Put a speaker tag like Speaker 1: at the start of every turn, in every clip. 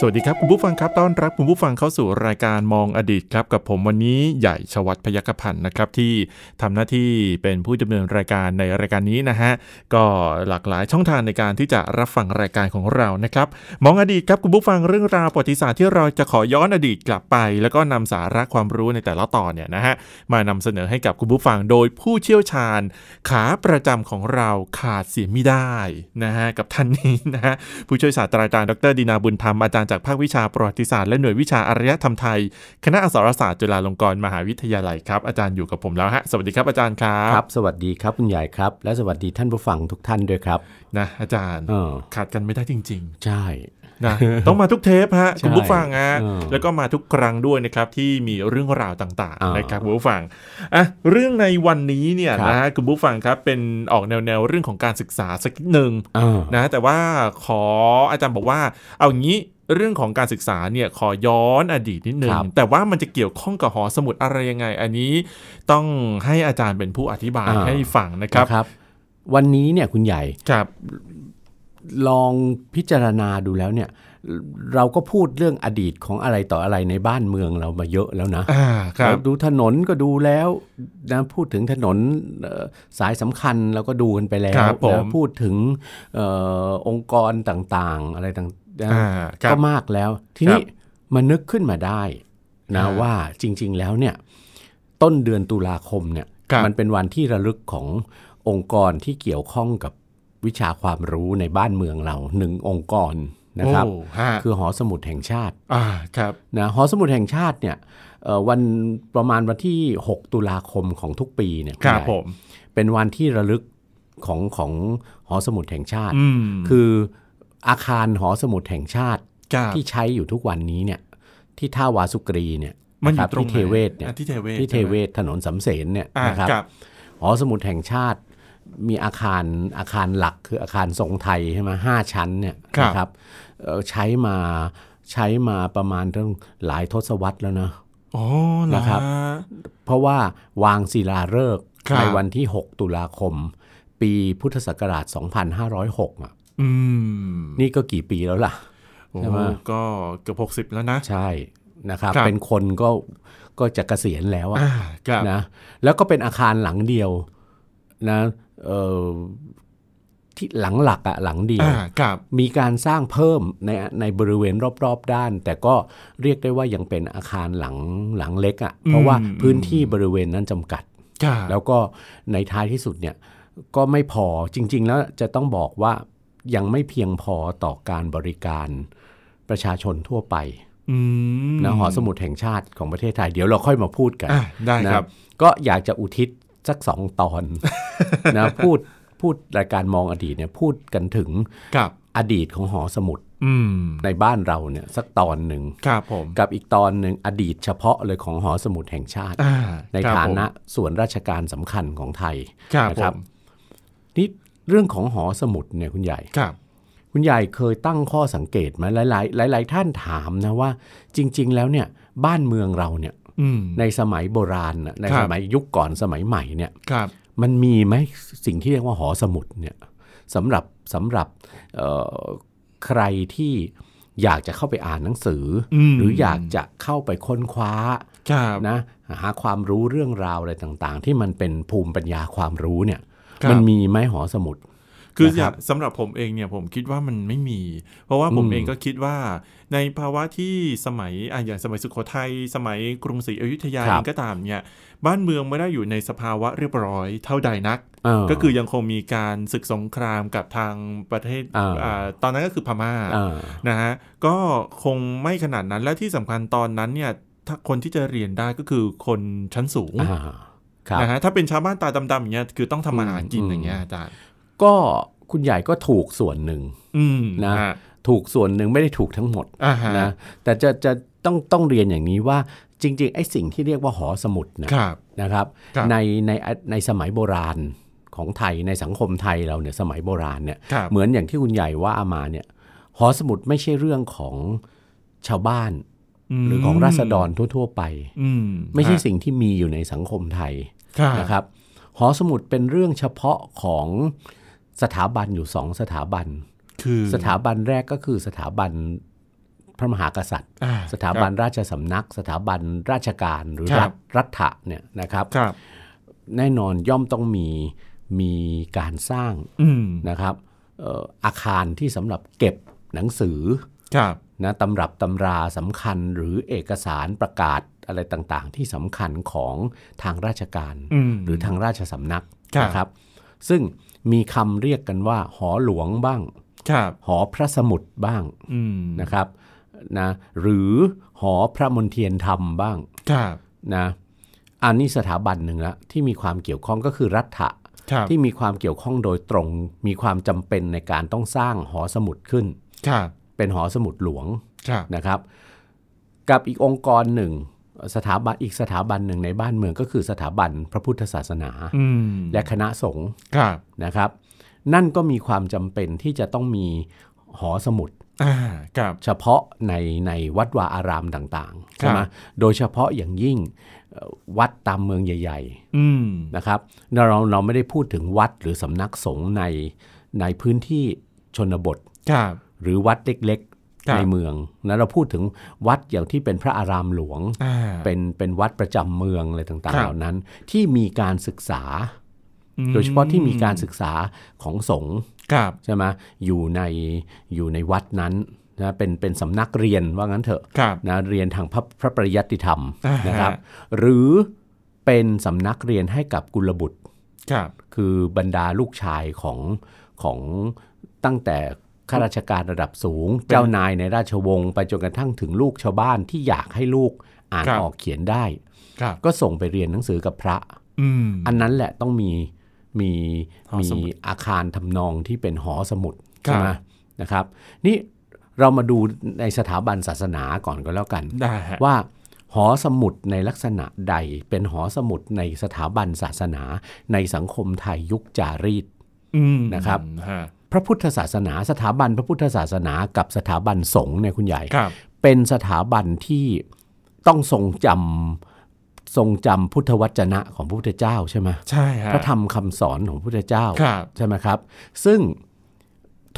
Speaker 1: สวัสดีครับ คุณผู้ฟังครับต้อนรับคุณผู้ฟังเข้าสู่รายการมองอดีตครับ กับผมวันนี้ใหญ่ชวัฒน์พยัคฆพันธ์นะครับที่ทำหน้าที่เป็นผู้ดำเนินรายการในรายการนี้นะฮะก็หลากหลายช่องทางในการที่จะรับฟังรายการของเรานะครับ มองอดีตครับคุณผู้ฟังเรื่องราวประวัติศาสตร์ที่เราจะขอย้อนอดีตกลับไป แล้วก็นำสาระความรู้ในแต่ละตอนเนี่ยนะฮะมานำเสนอให้กับคุณผู้ฟังโดยผู้เชี่ยวชาญ ขาประจำของเราขาดเสียไม่ได้นะฮะกับท่านนี้นะฮะ ผู้ช่วยศาสตราจารย์ดรดินาบุญธรรม อาจารย์จากภาควิชาประวัติศาสตร์และหน่วยวิชาอารยธรรมไทย คณะอักษรศาสตร์จุฬาลงกรณ์มหาวิทยาลัยครับ อาจารย์อยู่กับผมแล้วฮะ สวัสดีครับอาจารย์ครับ
Speaker 2: ครับ สวัสดีครับคุณใหญ่ครับ และสวัสดีท่านผู้ฟังทุกท่านด้วยครับ
Speaker 1: นะอาจารย์
Speaker 2: เออ
Speaker 1: ขาดกันไม่ได้จริง
Speaker 2: ใช่
Speaker 1: ๆ นะ ต้องมาทุกเทปฮะ
Speaker 2: ใช่
Speaker 1: คุณผู้ฟังฮะ
Speaker 2: เออ
Speaker 1: แล้วก็มาทุกครั้งด้วยนะครับที่มีเรื่องราวต่าง
Speaker 2: อ่า
Speaker 1: ๆ
Speaker 2: น
Speaker 1: นะครับคุณผู้ฟังอ่ะเรื่องในวันนี้เนี่ย
Speaker 2: ครับ
Speaker 1: นะฮะคุณผู้ฟังครับเป็นออกแนวๆเรื่องของการศึกษาสักนิดหนึ่ง
Speaker 2: เออ
Speaker 1: นะแต่ว่าขออาจารย์บอกว่าเอางี้เรื่องของการศึกษาเนี่ยขอย้อนอดีตนิดนึง
Speaker 2: ครับ
Speaker 1: แต่ว่ามันจะเกี่ยวข้องกับหอสมุดอะไรยังไง อันนี้ต้องให้อาจารย์เป็นผู้อธิบายให้ฟังนะครับ
Speaker 2: นะครับ วันนี้เนี่ยคุณใหญ่
Speaker 1: ครับ
Speaker 2: ลองพิจารณาดูแล้วเนี่ย เราก็พูดเรื่องอดีตของอะไรต่ออะไรในบ้านเมืองเรามาเยอะแล้วนะ
Speaker 1: อ่าครับ
Speaker 2: ดูถนนก็ดูแล้วนะพูดถึงถนนเอ่อสายสำคัญเราก็ดูกันไปแล้ว
Speaker 1: ครับผม
Speaker 2: นะพูดถึงเออองค์กรต่างๆ อะไรต่างๆนะ
Speaker 1: อ่าครั
Speaker 2: ก็
Speaker 1: บ
Speaker 2: มากแล้ว ที
Speaker 1: ครั
Speaker 2: นี้
Speaker 1: บ
Speaker 2: มันนึกขึ้นมาได้นะ
Speaker 1: อ่า
Speaker 2: ว่าจริง ๆ แล้วเนี่ยต้นเดือนตุลาคมเนี่ย
Speaker 1: ครับ
Speaker 2: มันเป็นวันที่ระลึกขององค์กรที่เกี่ยวข้องกับวิชาความรู้ในบ้านเมืองเราหนึ่งองค์กรนะครับ
Speaker 1: โอ้ฮะ
Speaker 2: คือหอสมุดแห่งชาติ
Speaker 1: อ่าครับ
Speaker 2: นะหอสมุดแห่งชาติเนี่ยเอ่อวันประมาณวันที่ 6 ตุลาคมของทุกปีเนี่ย
Speaker 1: ค
Speaker 2: ณ
Speaker 1: รับ
Speaker 2: ใหญ่
Speaker 1: ผม
Speaker 2: เป็นวันที่ระลึกของของหอสมุดแห่งชาติ
Speaker 1: อืม
Speaker 2: คืออาคารหอสมุดแห่งชาติ
Speaker 1: ครับ
Speaker 2: ที่ใช้อยู่ทุกวันนี้เนี่ยที่ท่าวาสุกรีเนี่ย
Speaker 1: มันอะ ยู่
Speaker 2: คบ
Speaker 1: ตรง
Speaker 2: ที่
Speaker 1: ไหน
Speaker 2: เทเวศเนี่ย
Speaker 1: อ่ะที่เทเวศ
Speaker 2: ที่เทเวศถนนสำเสนเนี่ย
Speaker 1: อ่า
Speaker 2: นะครับ
Speaker 1: ครับ
Speaker 2: หอสมุดแห่งชาติมีอาคารอาคารหลักคืออาคารทรงไทยใช่ไหมห้าชั้นเนี่ยนะครับเอ่อใช้มาใช้มาประมาณตั้งหลายทศวรรษแล้วนะ
Speaker 1: อ๋อเหอ
Speaker 2: นะครับ
Speaker 1: ฮ
Speaker 2: เพราะว่าวางศิลาฤกษ์
Speaker 1: ครับ
Speaker 2: ในวันที่ 6 ตุลาคม ปีพุทธศักราช 2506อ่ะ
Speaker 1: อืม
Speaker 2: นี่ก็กี่ปีแล้วล่ะ
Speaker 1: โอ้
Speaker 2: ใช่ไหม
Speaker 1: ก็เกือบหกสิบ60 แล้วนะ
Speaker 2: ใช่นะครับ
Speaker 1: ครับ
Speaker 2: เป็นคนก็ก็จะเกษียณแล้วอะ
Speaker 1: อ่าครับ
Speaker 2: นะแล้วก็เป็นอาคารหลังเดียวนะเอ่อที่หลังหลักอะหลังเดียว
Speaker 1: อ่าครับ
Speaker 2: มีการสร้างเพิ่มในในบริเวณรอบๆด้าน แต่ก็เรียกได้ว่ายังเป็นอาคารหลังหลังเล็กอะเพราะว่าพื้นที่บริเวณนั้นจำกัด
Speaker 1: ครับ
Speaker 2: แล้วก็ในท้ายที่สุดเนี่ยก็ไม่พอจริง ๆ แล้วจะต้องบอกว่ายังไม่เพียงพอต่อการบริการประชาชนทั่วไป
Speaker 1: อืม
Speaker 2: นะหอสมุดแห่งชาติของประเทศไทย เดี๋ยวเราค่อยมาพูดกัน
Speaker 1: อ่ะได้
Speaker 2: นะครับ ก็อยากจะอุทิศสักสองตอน นะพูดพูดรายการมองอดีตเนี่ยพูดกันถึง
Speaker 1: ครับ
Speaker 2: อดีตของหอสมุด
Speaker 1: อืม
Speaker 2: ในบ้านเราเนี่ยสักตอนหนึ่ง
Speaker 1: ครับผม
Speaker 2: กับอีกตอนหนึ่งอดีตเฉพาะเลยของหอสมุดแห่งชาติ
Speaker 1: อ่า
Speaker 2: ใน
Speaker 1: ครับ
Speaker 2: ฐา
Speaker 1: ผม
Speaker 2: นะส่วนราชการสำคัญของไทย
Speaker 1: ครับ
Speaker 2: นะ
Speaker 1: ผ
Speaker 2: ครับ
Speaker 1: ม
Speaker 2: นี่เรื่องของหอสมุดเนี่ยคุณใหญ่
Speaker 1: ครับ
Speaker 2: คุณใหญ่เคยตั้งข้อสังเกตไหมหลายๆหลาย ๆ ท่านถามนะว่าจริง ๆ แล้วเนี่ยบ้านเมืองเราเนี่ย
Speaker 1: อืม
Speaker 2: ในสมัยโบราณน่ะใน
Speaker 1: ครั
Speaker 2: ส
Speaker 1: บ
Speaker 2: มัยยุคก่อนสมัยใหม่เนี่ย
Speaker 1: ครับ
Speaker 2: มันมีไหมสิ่งที่เรียกว่าหอสมุดเนี่ยสำหรับสำหรับเอ่อใครที่อยากจะเข้าไปอ่านหนังสืออ
Speaker 1: ม
Speaker 2: หรืออยากจะเข้าไปค้นคว้า
Speaker 1: ครับ
Speaker 2: นะหาความรู้เรื่องราวอะไรต่างๆ ที่มันเป็นภูมิปัญญาความรู้เนี่ย
Speaker 1: ครับ
Speaker 2: มันมีไหมหอสมุด
Speaker 1: คืออ
Speaker 2: นะ
Speaker 1: ย่า
Speaker 2: ครั
Speaker 1: ง
Speaker 2: บ
Speaker 1: สำหรับผมเองเนี่ยผมคิดว่ามันไม่มี เพราะว่าผม
Speaker 2: อืม
Speaker 1: เองก็คิดว่า ในภาวะที่สมัยอ่ะอย่างสมัยสุโขทัยสมัยกรุงศรีอยุธยา
Speaker 2: ครั
Speaker 1: เอบ งก็ตามเนี่ย บ้านเมืองไม่ได้อยู่ในสภาวะเรียบร้อยเท่าใดนัก
Speaker 2: เ
Speaker 1: ก็คือยังคงมีการศึกสงครามกับทางประเทศ
Speaker 2: อ่า
Speaker 1: อ่าตอนนั้นก็คือพม่า
Speaker 2: เออ
Speaker 1: นะฮะก็คงไม่ขนาดนั้นและที่สำคัญตอนนั้นเนี่ยถ้าคนที่จะเรียนได้ก็คือคนชั้นสูง
Speaker 2: อ่าครับ
Speaker 1: นะฮะถ้าเป็นชาวบ้านตาดำๆอย่างเงี้ยคือต้องทำมาหากิน
Speaker 2: อืม
Speaker 1: อย่างเงี้ยอาจารย์
Speaker 2: ก็คุณใหญ่ก็ถูกส่วนหนึ่ง
Speaker 1: อืม
Speaker 2: นะ
Speaker 1: ฮะ
Speaker 2: ถูกส่วนหนึ่งไม่ได้ถูกทั้งหมด
Speaker 1: อ่าฮะ
Speaker 2: นะแต่จะจะต้องต้องเรียนอย่างนี้ว่าจริงๆไอ้สิ่งที่เรียกว่าหอสมุดนะครับ นะครับ
Speaker 1: ครับ
Speaker 2: ในในในสมัยโบราณ ของไทยในสังคมไทยเราเนี่ยสมัยโบราณเนี่ย
Speaker 1: ครับ
Speaker 2: เหมือนอย่างที่คุณใหญ่ว่ามาเนี่ยหอสมุดไม่ใช่เรื่องของชาวบ้าน หรือของราษฎรทั่ว ๆ ไป
Speaker 1: อืม
Speaker 2: ไม่ใช่
Speaker 1: ฮะ
Speaker 2: สิ่งที่มีอยู่ในสังคมไทย
Speaker 1: ค่ะ
Speaker 2: นะครับหอสมุดเป็นเรื่องเฉพาะของสถาบันอยู่สองสถาบัน
Speaker 1: คือ
Speaker 2: สถาบันแรกก็คือสถาบันพระมหากษัตริย์
Speaker 1: อ่
Speaker 2: สถาบัน
Speaker 1: ค
Speaker 2: ราชสำนัก สถาบันราชการหรือ
Speaker 1: ครั
Speaker 2: รับ ฐรัฐะเนี่ยนะครับ
Speaker 1: ครับ
Speaker 2: แน่นอนย่อมต้องมีมีการสร้าง
Speaker 1: อืม
Speaker 2: นะครับเอ่ออาคารที่สำหรับเก็บหนังสือ
Speaker 1: ครับ
Speaker 2: นะตำรับตำราสำคัญหรือเอกสารประกาศอะไรต่างๆ ที่สำคัญของทางราชการ
Speaker 1: อืม
Speaker 2: หรือทางราชสำนัก
Speaker 1: ครับ
Speaker 2: นะครับ ซึ่งมีคำเรียกกันว่า หอหลวงบ้าง
Speaker 1: ครับ
Speaker 2: หอพระสมุดบ้าง
Speaker 1: อืม
Speaker 2: นะครับนะหรือหอพระมนเทียนธรรมบ้าง
Speaker 1: ครับ
Speaker 2: นะอันนี้สถาบันหนึ่งละที่มีความเกี่ยวข้องก็คือรัฐะ
Speaker 1: ครับ
Speaker 2: ที่มีความเกี่ยวข้องโดยตรง มีความจำเป็นในการต้องสร้างหอสมุดขึ้น
Speaker 1: ครับ
Speaker 2: เป็นหอสมุดหลวง
Speaker 1: ครับ
Speaker 2: นะครับ กับอีกองค์กรหนึ่ง สถาบันอีกสถาบันหนึ่งในบ้านเมืองก็คือสถาบันพระพุทธศาสนา
Speaker 1: อืม
Speaker 2: และคณะสงฆ์
Speaker 1: ครับ
Speaker 2: นะครับ นั่นก็มีความจำเป็นที่จะต้องมีหอสมุด
Speaker 1: อ่าครับ
Speaker 2: เฉพาะในในวัดวาอารามต่างๆใช่ไห
Speaker 1: ค
Speaker 2: ม
Speaker 1: รับ
Speaker 2: โดยเฉพาะอย่างยิ่งเอ่อวัดตามเมืองใหญ่ ๆ
Speaker 1: อืม
Speaker 2: นะครับเราเราเราไม่ได้พูดถึงวัดหรือสำนักสงฆ์ในในพื้นที่ชนบท
Speaker 1: ครับ
Speaker 2: หรือวัดเล็ก
Speaker 1: ครั
Speaker 2: ๆ
Speaker 1: บ
Speaker 2: ในเมืองนะเราพูดถึงวัดอย่างที่เป็นพระอารามหลวง
Speaker 1: อ่า
Speaker 2: เป็นเป็นวัดประจำเมืองอะไรต่าง
Speaker 1: ครั
Speaker 2: ๆ
Speaker 1: บ
Speaker 2: เหล่านั้นที่มีการศึกษา
Speaker 1: อืม
Speaker 2: โดยเฉพาะที่มีการศึกษาของสงฆ์
Speaker 1: ครับ
Speaker 2: ใช่ไหมอยู่ในอยู่ในวัดนั้นนะเป็นเป็นสำนักเรียนว่างั้นเถอะ
Speaker 1: ครับ
Speaker 2: นะเรียนทางพระพระปริยัติธรรม
Speaker 1: อ่าฮะ
Speaker 2: นะครับ หรือเป็นสำนักเรียนให้กับกุลบุตร
Speaker 1: ครับ
Speaker 2: คือบรรดาลูกชายของของตั้งแต่ข้าราชการระดับสูง เจ้านายในราชวงศ์ไปจนกระทั่งถึงลูกชาวบ้านที่อยากให้ลูกอ่าน
Speaker 1: ครับ
Speaker 2: ออกเขียนได้
Speaker 1: ครับ
Speaker 2: ก็ส่งไปเรียนหนังสือกับพระ
Speaker 1: อืม
Speaker 2: อันนั้นแหละต้องมีมี
Speaker 1: หอ
Speaker 2: มี
Speaker 1: สมุด
Speaker 2: อาคารทำนองที่เป็นหอสมุด
Speaker 1: ครับ
Speaker 2: ใช่ไหมนะครับ นี่เรามาดูในสถาบันศาสนาก่อนก็แล้วกัน
Speaker 1: ได้ฮะ
Speaker 2: ว่าหอสมุดในลักษณะใดเป็นหอสมุดในสถาบันศาสนา ในสังคมไทยยุคจารีต
Speaker 1: อืม
Speaker 2: นะครับ
Speaker 1: ฮะ
Speaker 2: พระพุทธศาสนา สถาบันพระพุทธศาสนากับสถาบันสงฆ์เนี่ยคุณใหญ่
Speaker 1: ครับ
Speaker 2: เป็นสถาบันที่ต้องทรงจำทรงจำพุทธวจนะของพระพุทธเจ้าใช่ไหม
Speaker 1: ใช่ฮะ
Speaker 2: พระธรรมคำสอนของพระพุทธเจ้า
Speaker 1: ครับ
Speaker 2: ใช่ไหมครับ ซึ่ง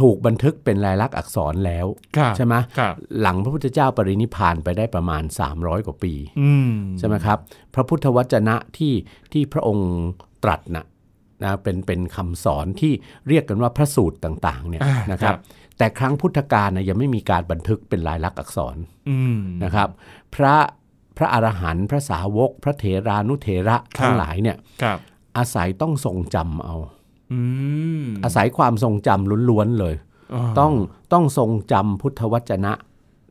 Speaker 2: ถูกบันทึกเป็นลายลักษณ์อักษรแล้ว
Speaker 1: ครับ
Speaker 2: ใช่ไหม
Speaker 1: ครับ
Speaker 2: หลังพระพุทธเจ้าปรินิพพานไปได้ประมาณ 300 กว่าปี
Speaker 1: อืม
Speaker 2: ใช่ไหมครับพระพุทธวจนะที่ที่พระองค์ตรัสนะนะเป็นเป็นคำสอนที่เรียกกันว่าพระสูตรต่างๆเนี่ย
Speaker 1: อ่า
Speaker 2: นะครับแต่ครั้งพุทธกาลนะยังไม่มีการบันทึกเป็นลายลักษณ์อักษร
Speaker 1: อืม
Speaker 2: นะครับพระพระอรหันต์พระสาวก พระเถรานุเถระ
Speaker 1: ครับ
Speaker 2: ทั้งหลายเนี่ย
Speaker 1: ครับ
Speaker 2: อาศัยต้องทรงจำเอา
Speaker 1: อืม
Speaker 2: อาศัยความทรงจำล้วนๆเลย
Speaker 1: ต้
Speaker 2: ต้
Speaker 1: อ
Speaker 2: องต้องทรงจำพุทธวจนะ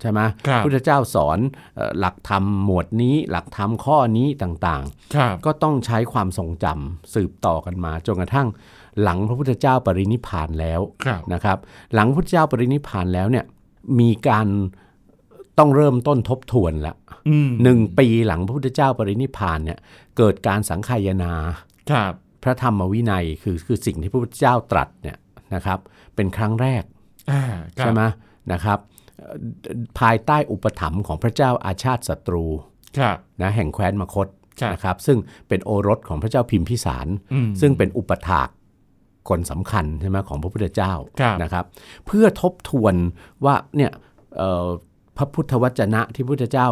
Speaker 2: ใช่ไหม
Speaker 1: ครับ
Speaker 2: พุทธเจ้าสอนเอ่อหลักธรรมหมวดนี้หลักธรรมข้อนี้ต่างๆ
Speaker 1: ครับ
Speaker 2: ก็ต้องใช้ความทรงจำสืบต่อกันมาจนกระทั่งหลังพระพุทธเจ้าปรินิพพานแล้ว
Speaker 1: ครับ
Speaker 2: นะครับ หลังพระพุทธเจ้าปรินิพพานแล้วเนี่ยมีการต้องเริ่มต้นทบทวนละ
Speaker 1: อืม
Speaker 2: หนึ่งปีหลังพระพุทธเจ้าปรินิพพานเนี่ยเกิดการสังขายนา
Speaker 1: ครับ
Speaker 2: พระธรรมวินัยคือคือสิ่งที่พระพุทธเจ้าตรัสเนี่ยนะครับ เป็นครั้งแรก
Speaker 1: อ่าครับ
Speaker 2: ใช่ไหมนะครับเอ่อภายใต้อุปถัมภ์ของพระเจ้าอาชาติศัตรู
Speaker 1: ครับ
Speaker 2: นะแห่งแคว้นมคต
Speaker 1: ครับ
Speaker 2: นะครับซึ่งเป็นโอรสของพระเจ้าพิมพิสาร
Speaker 1: อืม
Speaker 2: ซึ่งเป็นอุปถากคนสำคัญใช่ไหมของพระพุทธเจ้า
Speaker 1: ครับ
Speaker 2: นะครับ เพื่อทบทวนว่าเนี่ยเอ่อพระพุทธวจนะที่พระพุทธเจ้า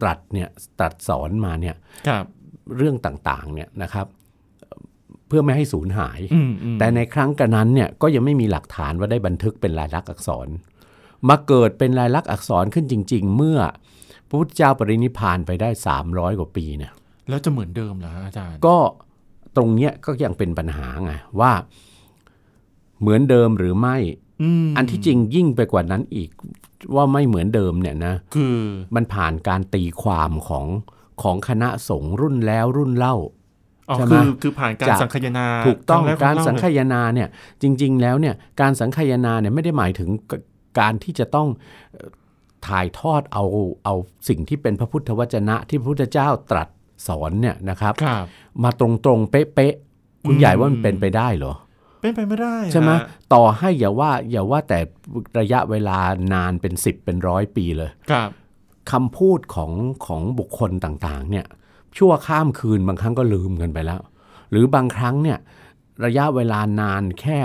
Speaker 2: ตรัสเนี่ยตรัสสอนมาเนี่ย
Speaker 1: ครับ
Speaker 2: เรื่องต่างๆเนี่ยนะครับเอ่อเพื่อไม่ให้สูญหาย
Speaker 1: อืมอืม
Speaker 2: แต่ในครั้งกระนั้นเนี่ยก็ยังไม่มีหลักฐานว่าได้บันทึกเป็นลายลักษณ์อักษร มาเกิดเป็นลายลักษณ์อักษรขึ้นจริง ๆ เมื่อพระพุทธเจ้าปรินิพพานไปได้ 300 กว่าปีเนี่ย
Speaker 1: แล้วจะเหมือนเดิมเหรอฮะอาจารย์
Speaker 2: ก็ตรงเนี้ยก็ยังเป็นปัญหาไงว่าเหมือนเดิมหรือไม่
Speaker 1: อืม
Speaker 2: อันที่จริงยิ่งไปกว่านั้นอีกว่าไม่เหมือนเดิมเนี่ยนะ
Speaker 1: คือ
Speaker 2: มันผ่านการตีความของของคณะสงฆ์รุ่นแล้วรุ่นเล่า
Speaker 1: อ๋อ
Speaker 2: ใช่ไหม
Speaker 1: คือคือผ่านการ
Speaker 2: จาก
Speaker 1: สังคายนา
Speaker 2: ถูกต้อง
Speaker 1: ค
Speaker 2: การ
Speaker 1: แเล่
Speaker 2: สัง
Speaker 1: เลย
Speaker 2: คายนาเนี่ยจริง ๆ แล้วเนี่ยการสังคายนาเนี่ยไม่ได้หมายถึงกการที่จะต้องเอ่อถ่ายทอดเอาเอาสิ่งที่เป็นพระพุทธวจนะที่พระพุทธเจ้าตรัสสอนเนี่ยนะครับ
Speaker 1: ครับ
Speaker 2: มาตรงๆเป๊ะ คุณใหญ่ว่ามันเป็นไปได้เหรอ
Speaker 1: เป็นไปไม่ได้
Speaker 2: ใช่ไหม
Speaker 1: ฮะ
Speaker 2: ต่อให้อย่าว่าอย่าว่าแต่ระยะเวลานานเป็น 10 เป็นร้อยปีเลย
Speaker 1: ครับ
Speaker 2: คำพูดของของบุคคลต่างๆเนี่ยชั่วข้ามคืนบางครั้งก็ลืมกันไปแล้ว หรือบางครั้งเนี่ยระยะเวลานานแค่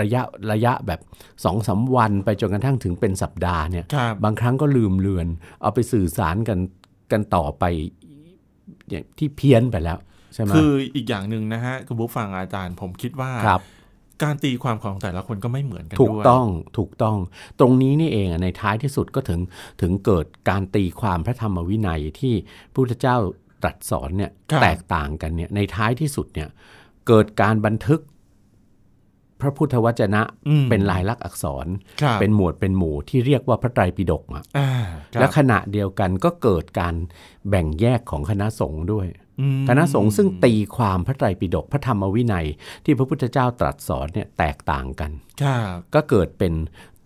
Speaker 2: ระยะระยะแบบสองสาวันไปจนกระทั่งถึงเป็นสัปดาห์เนี่ย
Speaker 1: ครับ
Speaker 2: บางครั้งก็ลืมเลือน เอาไปสื่อสารกันกันต่อไปอย่างที่เพี้ยนไปแล้วใช่ไหม
Speaker 1: คืออีกอย่างหนึ่งนะฮะคุณบุ๊ฟังอาจารย์ผมคิดว่า
Speaker 2: ครับ
Speaker 1: การตีความของแต่ละคนก็ไม่เหมือนกัน
Speaker 2: ถูก
Speaker 1: ด้วย
Speaker 2: ต้องถูกต้องตรงนี้นี่เองอะในท้ายที่สุดก็ถึงถึงเกิดการตีความพระธรรมวินัยที่พระพุทธเจ้าตรัสสอนเนี่ยแตกต่างกันเนี่ยในท้ายที่สุดเนี่ยเกิดการบันทึกพระพุทธวจนะ
Speaker 1: อืม
Speaker 2: เป็นลายลักษณ์อักษร
Speaker 1: ครับ
Speaker 2: เป็นหมวดเป็นหมู่ที่เรียกว่าพระไตรปิฎกอะ
Speaker 1: อ่าครับ
Speaker 2: และขณะเดียวกันก็เกิดการแบ่งแยกของคณะสงฆ์ด้วย
Speaker 1: อืม
Speaker 2: คณะสงฆ์ซึ่งตีความพระไตรปิฎกพระธรรมวินัย ที่พระพุทธเจ้าตรัสสอนเนี่ยแตกต่างกัน
Speaker 1: ครับ
Speaker 2: ก็เกิดเป็น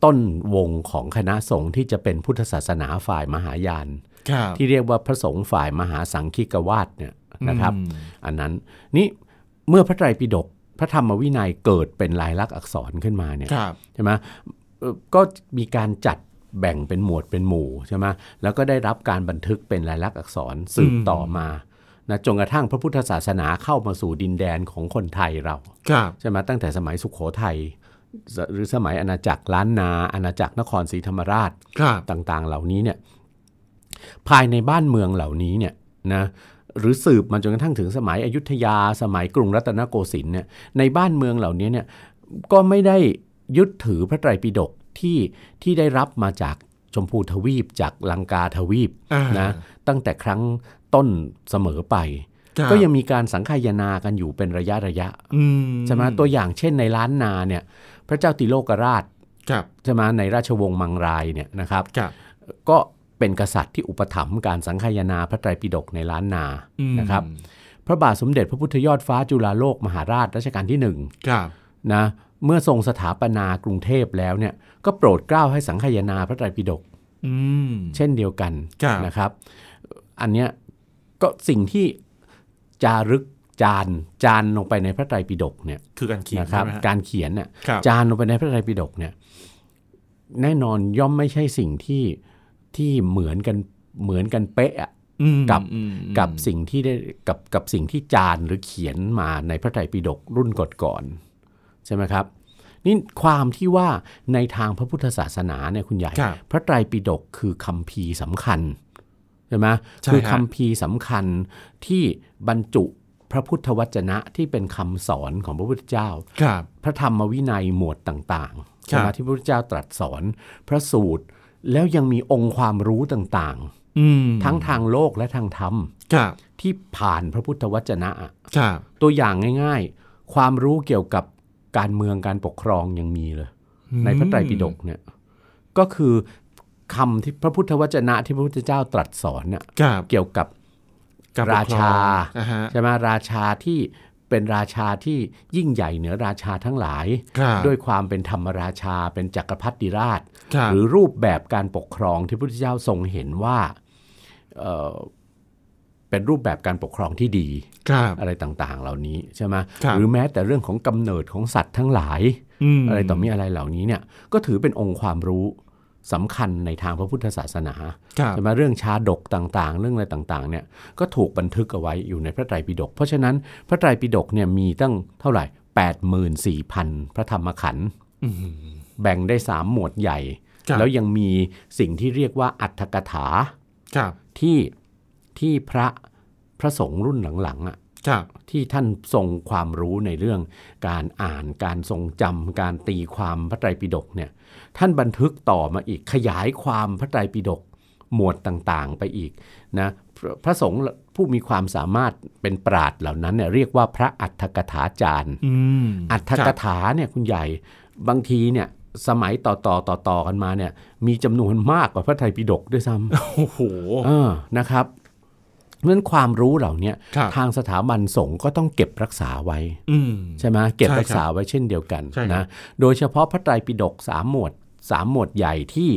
Speaker 2: ต้นวงของคณะสงฆ์ที่จะเป็นพุทธศาสนาฝ่ายมหายาน
Speaker 1: ครับ
Speaker 2: ที่เรียกว่าพระสงฆ์ฝ่ายมหาสังฆิกวาสเนี่ยนะครับ
Speaker 1: อืม
Speaker 2: อันนั้นนี่เมื่อพระไตรปิฎกพระธรรมวินัยเกิดเป็นลายลักษณ์อักษรขึ้นมาเนี่ย
Speaker 1: ครับ
Speaker 2: ใช่ไหมเอ่อก็มีการจัดแบ่งเป็นหมวดเป็นหมู่ใช่ไหมแล้วก็ได้รับการบันทึกเป็นลายลักษณ์อักษรสืบ
Speaker 1: อืม
Speaker 2: ต่อมานะจนกระทั่งพระพุทธศาสนาเข้ามาสู่ดินแดนของคนไทยเรา
Speaker 1: ครับ
Speaker 2: ใช่ไหมตั้งแต่สมัยสุขโขทัยสหรือสมัยอาณาจักรล้านนา อาณาจักรนครศรีธรรมราช
Speaker 1: ครับ
Speaker 2: ต่างๆ เหล่านี้เนี่ยภายในบ้านเมืองเหล่านี้เนี่ยนะหรือสืบมาจนกระทั่งถึงสมัยอยุธยา สมัยกรุงรัตนโกสินทร์เนี่ยในบ้านเมืองเหล่านี้เนี่ยก็ไม่ได้ยึดถือพระไตรปิฎกที่ที่ได้รับมาจากชมพูทวีปจากลังกาทวีป
Speaker 1: อ่า
Speaker 2: นะตั้งแต่ครั้งต้นเสมอไป
Speaker 1: ครับ
Speaker 2: ก็ยังมีการสังคายนากันอยู่เป็นระยะระยะ
Speaker 1: อืม
Speaker 2: ใช่ไหมตัวอย่างเช่นในล้านนาเนี่ยพระเจ้าติโลกราช
Speaker 1: ครับ
Speaker 2: ใช่ไหมในราชวงศ์มังรายเนี่ยนะครับ
Speaker 1: ครับ
Speaker 2: ก็เป็นกษัตริย์ที่อุปถัมภ์การสังคายนาพระไตรปิฎกในล้านนา
Speaker 1: อืม
Speaker 2: นะครับพระบาทสมเด็จพระพุทธยอดฟ้าจุฬาโลกมหาราชรัชกาลที่หนึ่ง
Speaker 1: ครับ
Speaker 2: นะเมื่อทรงสถาปนากรุงเทพแล้วเนี่ยก็โปรดเกล้าให้สังคายนาพระไตรปิฎก
Speaker 1: อืม
Speaker 2: เช่นเดียวกัน
Speaker 1: ครับ
Speaker 2: นะครับ อันเนี้ยก็สิ่งที่จารึกจานจานลงไปในพระไตรปิฎกเนี่ย
Speaker 1: คือการเขียน
Speaker 2: นะค
Speaker 1: ใช่
Speaker 2: รับ
Speaker 1: ไหมฮะ
Speaker 2: การเขียนน่ะ
Speaker 1: ครับ
Speaker 2: จานลงไปในพระไตรปิฎกเนี่ยแน่นอนย่อมไม่ใช่สิ่งที่ที่เหมือนกันเหมือนกันเป๊ะอะ
Speaker 1: อืม
Speaker 2: กับ
Speaker 1: อืมอืม
Speaker 2: กับสิ่งที่ได้กับกับสิ่งที่จานหรือเขียนมาในพระไตรปิฎกรุ่นก่อนๆใช่ไหมครับนี่ความที่ว่าในทางพระพุทธศาสนาเนี่ยคุณใหญ่
Speaker 1: ครับ
Speaker 2: พระไตรปิฎกคือคัมภีร์สำคัญใช่ไหม
Speaker 1: ใช่
Speaker 2: คือ
Speaker 1: ฮะ
Speaker 2: คัมภีร์สำคัญที่บรรจุพระพุทธวจนะที่เป็นคำสอนของพระพุทธเจ้า
Speaker 1: ครับ
Speaker 2: พระธรรมวินัยหมวดต่างๆใช่ไห
Speaker 1: ค
Speaker 2: ม
Speaker 1: รับ
Speaker 2: ที่พระพุทธเจ้าตรัสสอน พระสูตร แล้วยังมีองค์ความรู้ต่าง
Speaker 1: อืม
Speaker 2: ๆ ทั้งทางโลกและทางธรรม
Speaker 1: ครับ
Speaker 2: ที่ผ่านพระพุทธวจนะอะ
Speaker 1: ครับ
Speaker 2: ตัวอย่างง่ายๆ ความรู้เกี่ยวกับการเมืองการปกครองยังมีเลย ในพระไตรปิฎกเนี่ยก็คือคำที่พระพุทธวจนะที่พระพุทธเจ้าตรัสสอนน่ะ
Speaker 1: ครับ
Speaker 2: เกี่ยวกับ
Speaker 1: กปกคอง
Speaker 2: ราชา
Speaker 1: อ่าฮะ
Speaker 2: ใช่ไหมราชาที่เป็นราชาที่ยิ่งใหญ่เหนือราชาทั้งหลาย
Speaker 1: ครับ
Speaker 2: ด้วยความเป็นธรรมราชาเป็นจักรพรรดิราช
Speaker 1: ครับ
Speaker 2: หรือรูปแบบการปกครองที่พระพุทธเจ้าทรงเห็นว่าเอ่อเป็นรูปแบบการปกครองที่ดี
Speaker 1: ครับ
Speaker 2: อะไรต่างๆ เหล่านี้ใช่ไหม
Speaker 1: ครับ
Speaker 2: หรือแม้แต่เรื่องของกำเนิดของสัตว์ทั้งหลาย
Speaker 1: ม
Speaker 2: อะไรต่อมีอะไรเหล่านี้เนี่ยก็ถือเป็นองค์ความรู้สำคัญในทางพระพุทธศาสนา
Speaker 1: ครับ
Speaker 2: ใช่ไหมเรื่องชาดกต่างๆ เรื่องอะไรต่างๆเนี่ยก็ถูกบันทึกเอาไว้อยู่ในพระไตรปิฎกเพราะฉะนั้นพระไตรปิฎกเนี่ยมีตั้งเท่าไหร่ 84,000 พระธรรมขันธ์
Speaker 1: อืม
Speaker 2: แบ่งได้ 3 หมวดใหญ่
Speaker 1: ครับ
Speaker 2: แล้วยังมีสิ่งที่เรียกว่าอัตถกถา
Speaker 1: ครับ
Speaker 2: ที่ที่พระพระสงฆ์รุ่นหลังๆอ่ะ
Speaker 1: ครับ
Speaker 2: ที่ท่านทรงความรู้ในเรื่องการอ่านการทรงจำการตีความพระไตรปิฎกเนี่ยท่านบันทึกต่อมาอีกขยายความพระไตรปิฎกหมวดต่างๆ ไปอีกนะพระพระสงฆ์ผู้มีความสามารถเป็นปราดเหล่านั้นเนี่ยเรียกว่าพระอัตถกถาจารย์
Speaker 1: อืม
Speaker 2: อัตถ
Speaker 1: ค
Speaker 2: ก
Speaker 1: รับ
Speaker 2: ถาเนี่ยคุณใหญ่บางทีเนี่ยสมัยต่อต่อต่อต่อๆกันมาเนี่ยมีจำนวนมากกว่าพระไตรปิฎกด้วยซ้
Speaker 1: โอ้โห
Speaker 2: ำเออนะครับเพราะฉะนั้นความรู้เหล่าเนี้ย
Speaker 1: ครับ
Speaker 2: ทางสถาบันสงฆ์ก็ต้องเก็บรักษาไว้
Speaker 1: อืม
Speaker 2: ใช่ไหมเก็บ
Speaker 1: ใช่ครับ
Speaker 2: รักษาไว้เช่นเดียวกัน
Speaker 1: ใช่ครับ
Speaker 2: นะโดยเฉพาะพระไตรปิฎกสามหมวดสามหมวดใหญ่ที่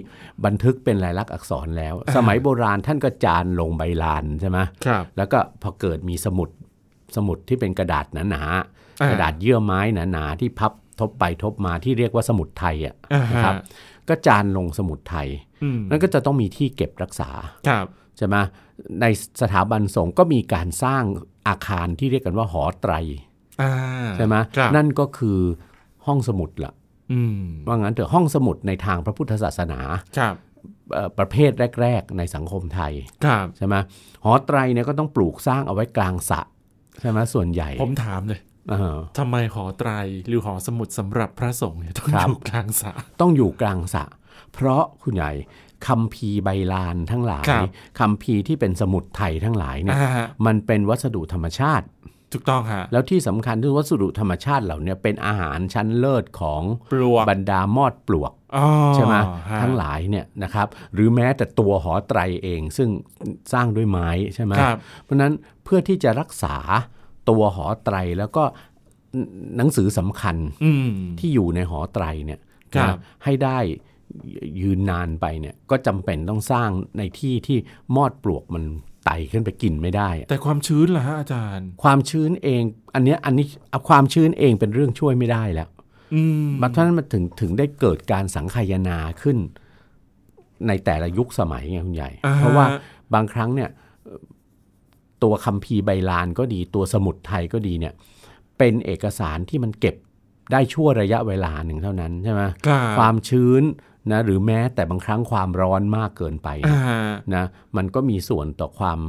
Speaker 2: บันทึกเป็นลายลักษณ์อักษรแล้ว สมัยโบราณท่านก็จานลงใบลานใช่ไหม
Speaker 1: ครับ
Speaker 2: แล้วก็พอเกิดมีสมุด สมุดที่เป็นกระดาษหนา
Speaker 1: อ่า
Speaker 2: ๆกระดาษเยื่อไม้หนาๆที่พับทบไปทบมาที่เรียกว่าสมุดไทยอ่ะ
Speaker 1: อ่าฮะ
Speaker 2: นะครับก็จานลงสมุดไทย
Speaker 1: อืม
Speaker 2: นั่นก็จะต้องมีที่เก็บรักษา
Speaker 1: ครับ
Speaker 2: ใช่ไหมในสถาบันสงฆ์ก็มีการสร้างอาคารที่เรียกกันว่าหอไตร
Speaker 1: อ่า
Speaker 2: ใช่ไหม
Speaker 1: ครับ
Speaker 2: นั่นก็คือห้องสมุดละ
Speaker 1: อืม
Speaker 2: ว่างั้นเถอะห้องสมุดในทางพระพุทธศาสนา
Speaker 1: ครับ
Speaker 2: เอ่อประเภทแรก ๆ ในสังคมไทย
Speaker 1: ครับ
Speaker 2: ใช่ไหมหอไตรเนี่ยก็ต้องปลูกสร้างเอาไว้กลางสระใช่ไหมส่วนใหญ่
Speaker 1: ผมถามเลย
Speaker 2: เออ
Speaker 1: ทำไมหอไตรหรือหอสมุดสำหรับพระสงฆ์เนี่ยต้อง
Speaker 2: ครั
Speaker 1: อบ ยู่กลางสระ
Speaker 2: ต้องอยู่กลางสระเพราะคุณใหญ่คำพีร์ใบลานทั้งหลาย
Speaker 1: ครับ
Speaker 2: คำพีร์ที่เป็นสมุดไทยทั้งหลายเนี่ย
Speaker 1: อ่าฮะ
Speaker 2: มันเป็นวัสดุธรรมชาติ
Speaker 1: ถูกต้องฮะ
Speaker 2: แล้วที่สำคัญที่วัสดุธรรมชาติเหล่าเนี้เป็นอาหารชั้นเลิศของ
Speaker 1: ปลวก
Speaker 2: บรรดามอดปลวก
Speaker 1: อ๋อ
Speaker 2: ใช่ไหม
Speaker 1: ฮะ
Speaker 2: ทั้งหลายเนี่ยนะครับหรือแม้แต่ตัวหอไตรเองซึ่งสร้างด้วยไม้ใช่ไหม
Speaker 1: ครับ
Speaker 2: เพราะฉะนั้นเพื่อที่จะรักษาตัวหอไตรแล้วก็หนังสือสำคัญ
Speaker 1: อืม
Speaker 2: ที่อยู่ในหอไตรเนี่ย
Speaker 1: ครับ
Speaker 2: นะให้ได้ยืนนานไปเนี่ยก็จำเป็นต้องสร้างในที่ที่มอดปลวกมันไต่ขึ้นไปกินไม่ได้อะ
Speaker 1: แต่ความชื้นล่ะฮะอาจารย์
Speaker 2: ความชื้นเองอันเนี้ยอันนี้เอาความชื้นเองเป็นเรื่องช่วยไม่ได้แล้ว
Speaker 1: อืม
Speaker 2: เพราะฉะนั้นมันถึงถึงได้เกิดการสังคายนาขึ้น ในแต่ละยุคสมัยไงคุณใหญ่
Speaker 1: อ่
Speaker 2: เพราะว่า
Speaker 1: ฮ
Speaker 2: บางครั้งเนี่ยเอ่อตัวคัมภีร์ใบลานก็ดี ตัวสมุดไทยก็ดีเนี่ยเป็นเอกสารที่มันเก็บได้ชั่วระยะเวลาหนึ่งเท่านั้นใช่ไหม
Speaker 1: ครับ
Speaker 2: ความชื้นนะหรือแม้แต่บางครั้งความร้อนมากเกินไป
Speaker 1: อ่า
Speaker 2: นะมันก็มีส่วนต่อความ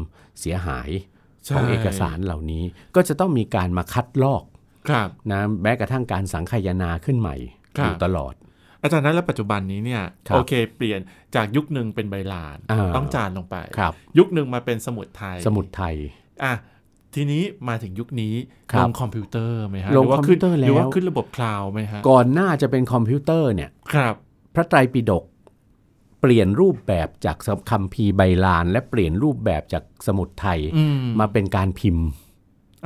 Speaker 2: เสียหาย
Speaker 1: ใช่
Speaker 2: ของเอกสารเหล่านี้ก็จะต้องมีการมาคัดลอก
Speaker 1: ครับ
Speaker 2: นะแม้กระทั่งการสังคายนาขึ้นใหม่
Speaker 1: ครั
Speaker 2: อบ ยู่ตลอด
Speaker 1: อาจารย์นั้นแล้วปัจจุบันนี้เนี่ย
Speaker 2: ครับ
Speaker 1: โอเค เปลี่ยนจากยุคหนึ่งเป็นใบลาน
Speaker 2: อ่า
Speaker 1: ต้องจานลงไป
Speaker 2: ครับ
Speaker 1: ยุคหนึ่งมาเป็นสมุดไทย
Speaker 2: สมุดไทย
Speaker 1: อ่ะทีนี้มาถึงยุคนี้
Speaker 2: ครั
Speaker 1: ล
Speaker 2: บ
Speaker 1: งคอมพิวเตอร์ไหมฮะ
Speaker 2: ลง
Speaker 1: หว่า
Speaker 2: คอมพิวเตอร์
Speaker 1: ขึ้นหรือว่า
Speaker 2: แล้ว
Speaker 1: ขึ้นระบบคลาวด์ไหมฮะ
Speaker 2: ก่อนหน้าจะเป็นคอมพิวเตอร์เนี่ย
Speaker 1: ครับ
Speaker 2: พระไตรปิฎกเปลี่ยนรูปแบบจากคัมภีร์ใบลาน และเปลี่ยนรูปแบบจากสมุดไทย
Speaker 1: อื
Speaker 2: มาเป็นการพิมพ์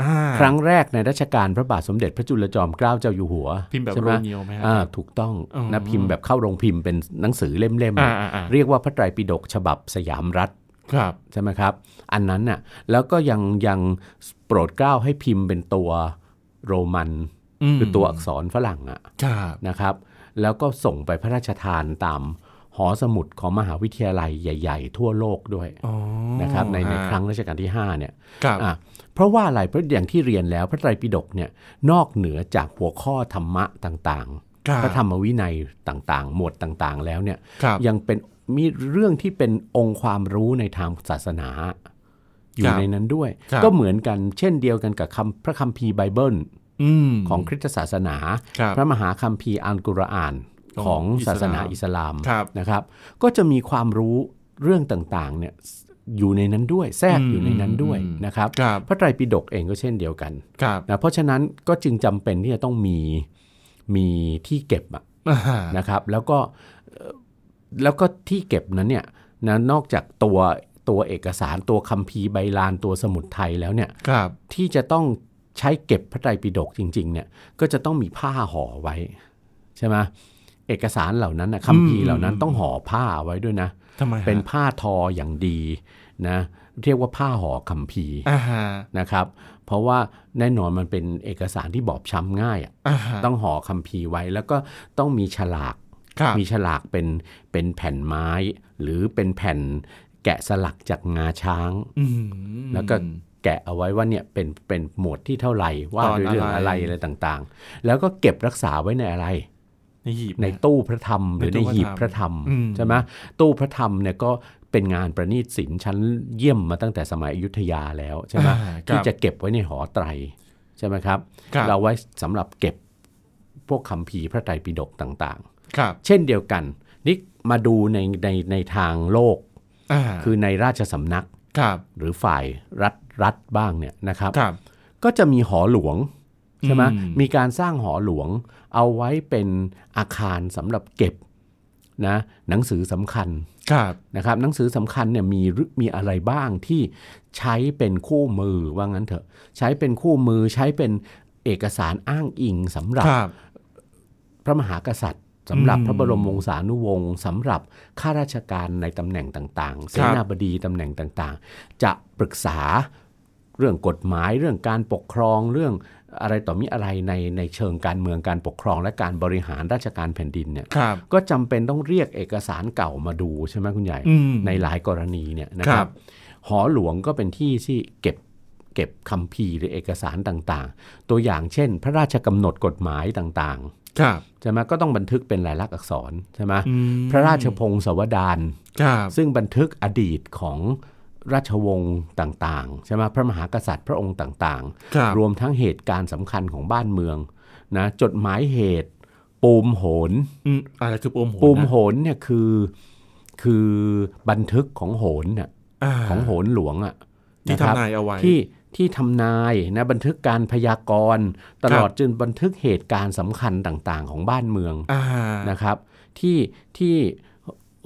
Speaker 1: อ่า
Speaker 2: ครั้งแรกในรัชกาลพระบาทสมเด็จพระจุลจอมเกล้าเจ้าอยู่หัว
Speaker 1: พิมพ์แบบ
Speaker 2: ใช่
Speaker 1: โร
Speaker 2: ไหม
Speaker 1: เนียวไหมฮะ
Speaker 2: อ่าถูกต้อง
Speaker 1: อ๋อ
Speaker 2: นะพิมพ์แบบเข้าโรงพิมพ์เป็นหนังสือเล่ม
Speaker 1: อ่าอ่าอ่า
Speaker 2: ๆเรียกว่าพระไตรปิฎกฉบับสยามรัฐ
Speaker 1: ครับ
Speaker 2: ใช่ไหมครับ อันนั้นน่ะแล้วก็ยังยังโปรดเกล้าให้พิมพ์เป็นตัวโรมันคือตัวอักษรฝรั่งอะ
Speaker 1: ครับ
Speaker 2: นะครับ แล้วก็ส่งไปพระราชทานตามหอสมุดของมหาวิทยาลัยใหญ่ ๆ ทั่วโลกด้วย
Speaker 1: อ๋อ
Speaker 2: นะครับในใน
Speaker 1: ฮะ
Speaker 2: ครั้งรัชกาลที่ 5 เนี่ย
Speaker 1: ครับ
Speaker 2: อ่ะเพราะว่าอะไรเพราะอย่างที่เรียนแล้วพระไตรปิฎกเนี่ยนอกเหนือจากหัวข้อธรรมะต่าง
Speaker 1: ครั
Speaker 2: ๆ
Speaker 1: บ
Speaker 2: พระธรรมวินัยต่างๆ หมวดต่างๆ แล้วเนี่ย
Speaker 1: ครับ
Speaker 2: ยังเป็นมีเรื่องที่เป็นองค์ความรู้ในทางศาสนา อยู่ในนั้นด้วย
Speaker 1: ครับ
Speaker 2: ก็เหมือนกันเช่นเดียวกันกับคำพระคัมภีร์ไบเบิล
Speaker 1: อืม
Speaker 2: ของคริสตศาสนา
Speaker 1: ครับ
Speaker 2: พระมหาคัมภีร์อัลกุรอานของ
Speaker 1: ของอิสลาม
Speaker 2: ศาสนาอิสลาม
Speaker 1: ครับ
Speaker 2: นะครับ ก็จะมีความรู้เรื่องต่างๆเนี่ยอยู่ในนั้นด้วย แทรก
Speaker 1: อืม
Speaker 2: อยู่ในนั้นด้วย
Speaker 1: อืม
Speaker 2: นะครับ
Speaker 1: ครับ
Speaker 2: พระไตรปิฎกเองก็เช่นเดียวกัน
Speaker 1: ครับ
Speaker 2: นะเพราะฉะนั้นก็จึงจำเป็นที่จะต้องมีมีที่เก็บอะ
Speaker 1: อ่าฮะ
Speaker 2: นะครับแล้วก็เอ่อแล้วก็ที่เก็บนั้นเนี่ยนะนอกจากตัวตัวเอกสารตัวคัมภีร์ใบลานตัวสมุดไทยแล้วเนี่ย
Speaker 1: ครับ
Speaker 2: ที่จะต้องใช้เก็บพระไตรปิฎกจริงๆเนี่ยก็จะต้องมีผ้าห่อไว้ใช่ไหมเอกสารเหล่านั้นนะคัมภีร์เหล่านั้นต้องห่อผ้าเอาไว้ด้วยนะ
Speaker 1: ทำไมฮะ
Speaker 2: เป็นผ้าทออย่างดีนะเรียกว่าผ้าห่อคัมภีร์
Speaker 1: อ่าฮะ
Speaker 2: นะครับเพราะว่าแน่นอนมันเป็นเอกสารที่บอบช้ำง่ายอะ
Speaker 1: อ่าฮะ
Speaker 2: ต้องห่อคัมภีร์ไว้แล้วก็ต้องมีฉลาก
Speaker 1: ครับ
Speaker 2: มีฉลากเป็นเป็นแผ่นไม้ หรือเป็นแผ่นแกะสลักจากงาช้าง
Speaker 1: อืม
Speaker 2: แล้วก็ แกะเอาไว้ว่าเนี่ยเป็นเป็นหมวดที่เท่าไหร่ว่า
Speaker 1: ตอน
Speaker 2: ด้วยเรื่อง
Speaker 1: อะ
Speaker 2: อะไร ไรอะไรต่างๆ แล้วก็เก็บรักษาไว้ในอะไร
Speaker 1: ในหีบ
Speaker 2: ใน
Speaker 1: เย
Speaker 2: ตู้พระธรรม หรือ
Speaker 1: ใน
Speaker 2: ใน
Speaker 1: ตู้
Speaker 2: หีบ
Speaker 1: พ
Speaker 2: พ
Speaker 1: ระ
Speaker 2: ระ
Speaker 1: ธ
Speaker 2: ธ
Speaker 1: ร
Speaker 2: ร
Speaker 1: ร
Speaker 2: ร
Speaker 1: ม
Speaker 2: ม
Speaker 1: อืม
Speaker 2: ใช่ไหมตู้พระธรรมเนี่ยก็เป็นงานประณีตศิลป์ชั้นเยี่ยมมาตั้งแต่สมัยอยุธยาแล้วใช่ไหม
Speaker 1: อ่าครับ
Speaker 2: ที่จะเก็บไว้ในหอไตรใช่ไหมครับ
Speaker 1: ครับ
Speaker 2: เราไว้สำหรับเก็บพวกคัมภีร์พระไตรปิฎกต่างๆ
Speaker 1: ครับ
Speaker 2: เช่นเดียวกันนี่มาดูในในในทางโลก
Speaker 1: อ่า
Speaker 2: คือในราชสำนัก
Speaker 1: ครับ
Speaker 2: หรือฝ่ายรัฐรัฐบ้างเนี่ยนะครับ
Speaker 1: ครับ
Speaker 2: ก็จะมีหอหลวงใช่ไหม
Speaker 1: อืม
Speaker 2: มีการสร้างหอหลวง เอาไว้เป็นอาคารสำหรับเก็บนะหนังสือสำคัญ
Speaker 1: ครับ
Speaker 2: นะครับหนังสือสำคัญเนี่ยมีรึมีอะไรบ้างที่ใช้เป็นคู่มือว่างั้นเถอะ ใช้เป็นคู่มือใช้เป็นเอกสารอ้างอิงสำหรับ
Speaker 1: ครับ
Speaker 2: พระมหากษัตริย์สำหรับ
Speaker 1: อืม
Speaker 2: พระบรมวงศานุวงศ์สำหรับข้าราชการในตำแหน่งต่างๆ เสนาบดีตำแหน่งต่างๆ จะปรึกษา เรื่องกฎหมายเรื่องการปกครองเรื่องอะไรต่อมีอะไรในในเชิงการเมืองการปกครอง และการบริหารราชการแผ่นดินเนี่ย
Speaker 1: ครับ
Speaker 2: ก็จำเป็นต้องเรียกเอกสารเก่ามาดูใช่ไหมคุณใหญ่
Speaker 1: อืม
Speaker 2: ในหลายกรณีเนี่ยนะ
Speaker 1: ค
Speaker 2: ค
Speaker 1: รั
Speaker 2: รับ บ หอหลวงก็เป็นที่ที่เก็บเก็บคัมภีร์หรือเอกสารต่างๆ ตัวอย่างเช่น พระราชกำหนดกฎหมายต่าง
Speaker 1: ครับ
Speaker 2: ๆใช่ไหมก็ต้องบันทึกเป็นลายลักษณ์อักษรใช่ไหม
Speaker 1: อืม
Speaker 2: พระราชพงศาวดาร
Speaker 1: ครับ
Speaker 2: ซึ่งบันทึกอดีตของราชวงศ์ต่างๆใช่ไหมพระมหากษัตริย์พระองค์ต่าง
Speaker 1: ครับ
Speaker 2: ๆ รวมทั้งเหตุการณ์สำคัญของบ้านเมืองนะจดหมายเหตุปูมโหน
Speaker 1: อืมอะไรคือปูมโหน
Speaker 2: ปูม
Speaker 1: นะ
Speaker 2: โหนเนี่ยคือคือบันทึกของโหนน่ะ
Speaker 1: า
Speaker 2: ของโหนหลวงอ่ะ
Speaker 1: ที่
Speaker 2: ะครับ
Speaker 1: ทำนายเอาไว้
Speaker 2: ที่ที่ทำนายนะบันทึกการพยากรณ์ ตลอด
Speaker 1: ครับ
Speaker 2: จนบันทึกเหตุการณ์สำคัญต่างๆ ของบ้านเมือง
Speaker 1: อ่า
Speaker 2: นะครับที่ที่